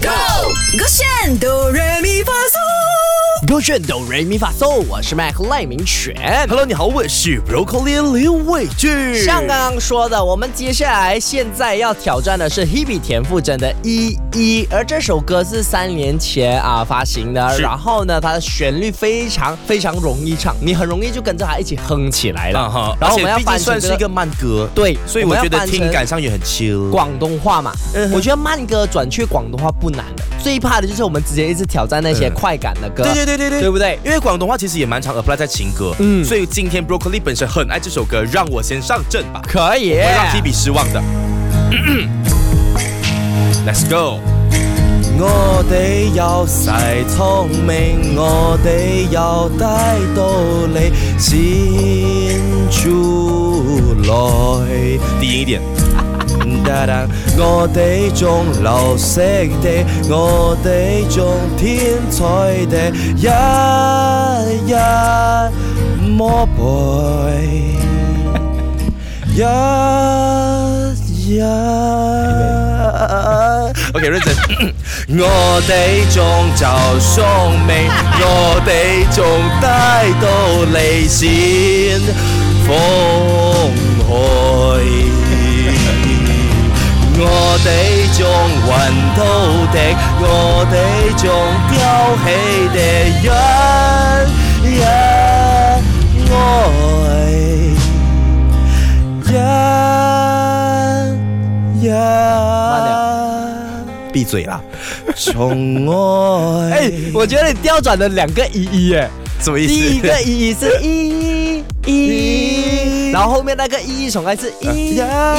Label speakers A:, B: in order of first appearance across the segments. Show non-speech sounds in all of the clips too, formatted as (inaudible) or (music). A: Go！勾选哆来咪发嗦，
B: 勾选哆瑞咪发嗦，我是麦克赖明全。
C: Hello，你好，我是 Broccoli 刘伟俊。
B: 像刚刚说的，我们接下来现在要挑战的是 Hebe 田馥甄的《一一》，而这首歌是三年前啊发行的，
C: 是
B: 然后呢，它的旋律非常非常容易唱，你很容易就跟着它一起哼起来了。
C: 啊哈，
B: 然后我们要
C: 而且毕
B: 翻
C: 竟算
B: 成
C: 是一个慢歌，
B: 对，
C: 所以我觉
B: 们要
C: 得
B: 翻
C: 听
B: 成
C: 感嗯上也很 chill。
B: 广东话嘛，我觉得慢歌转去广东话不难的，最怕的就是我们直接一直挑战那些
C: 嗯
B: 快感的歌，
C: 对对对对对，
B: 对不对？
C: 因为广东话其实也蛮常 apply 在情歌，
B: 嗯
C: 嗯，所以今天 Broccoli 本身很爱这首歌，让我先上阵吧，
B: 可以
C: 不会让 Hebe 失望的。Let's go。我哋有晒聪明，我哋有大道理，先出来。低音一点。哒哒，我哋仲流色地，我哋仲天才地，一 Dạ, 日摸背，一日。OK，认真。 (coughs) 我哋仲就聰明，我哋仲大道理先風去。我哋仲揾到的，我哋仲丟棄的一一愛，一一閉嘴啦！寵愛，
B: 哎，我觉得你调转了两个一一哎，
C: 什么意思？
B: 第
C: (laughs)
B: 一个啊一一是一一，然后后面那个一一重来是一一啊，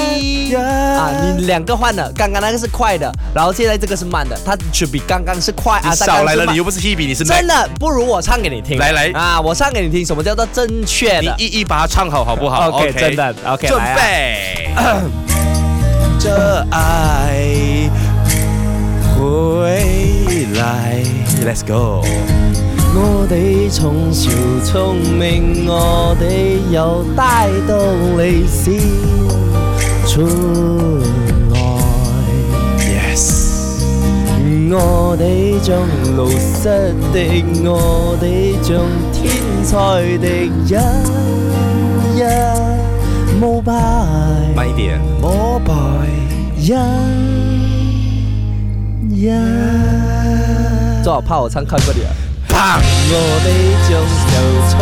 B: 你两个换了，刚刚那个是快的，然后现在这个是慢的，它只比刚刚是快啊，
C: 你
B: 刚
C: 少
B: 刚
C: 来
B: 是
C: 了，
B: 慢
C: 你又不是 Hebe，你是 Mac
B: 真的不如我唱给你听，
C: 来来
B: 啊，我唱给你听，什么叫做正确
C: 你
B: 的
C: 一一把它唱好，好不好
B: OK，真的，OK，
C: 准
B: 来啊
C: 备。 (clears throat) 这爱回来，Let's go。
B: 我哋從小聰明，我哋有大道理先出來。
C: Yes，
B: 我哋像老實的，我哋像天才的，一一冇敗，
C: 慢一点。
B: 冇敗，一一。做好怕我唱快歌你啊！
C: 砰！
B: 我哋仲有聰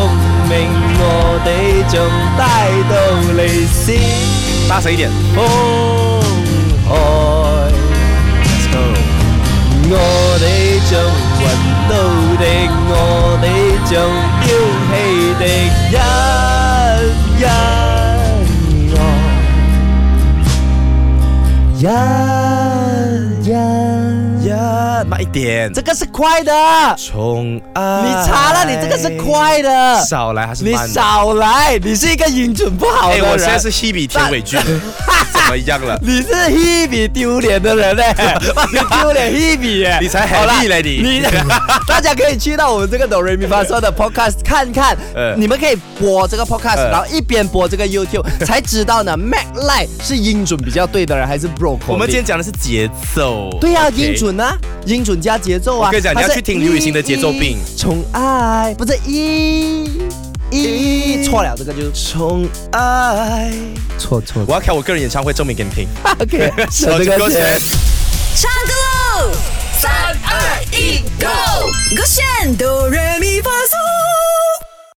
B: 明，我哋仲大道理先
C: 大声一点。
B: 風海。
C: Let's go。
B: 我哋仲揾到的，我哋仲丟棄的，一一 Dạ, 愛，一一。
C: 呀，慢一点。
B: 这个是快的，
C: 宠爱。
B: 你查了，你这个是快的。
C: 少来还是
B: 你
C: 慢的？
B: 少来，你是一个音准不好的
C: 哎，
B: 人。
C: 我现在是 Hebe 田尾
B: (laughs)
C: 俊，怎么样了？
B: 你是一比丢脸的
C: (laughs)
B: 人呢、你丢脸一比耶，
C: 你才
B: 好啦
C: happy 嘞你
B: 你 (laughs) 大家可以去到我们这个哆瑞咪发嗦的 podcast 看看，
C: 呃
B: 你们可以播这个 podcast，、
C: 呃
B: 然后一边播这个
C: (laughs)
B: YouTube，才知道呢 Mac Lie 是音准比较对的人还是 Bro。
C: 我们今天讲的是节奏。
B: 对呀、
C: OK
B: 音。准啊，音准加节奏啊。
C: 我跟你讲
B: 它是
C: 你要去听刘雨欣的节奏病
B: 一。宠爱不是一一错了，这个就是
C: 宠爱。
B: 错错。
C: (laughs) 我要开我个人演唱会，证明给你听。
B: OK，
C: 手机勾选。
A: 唱歌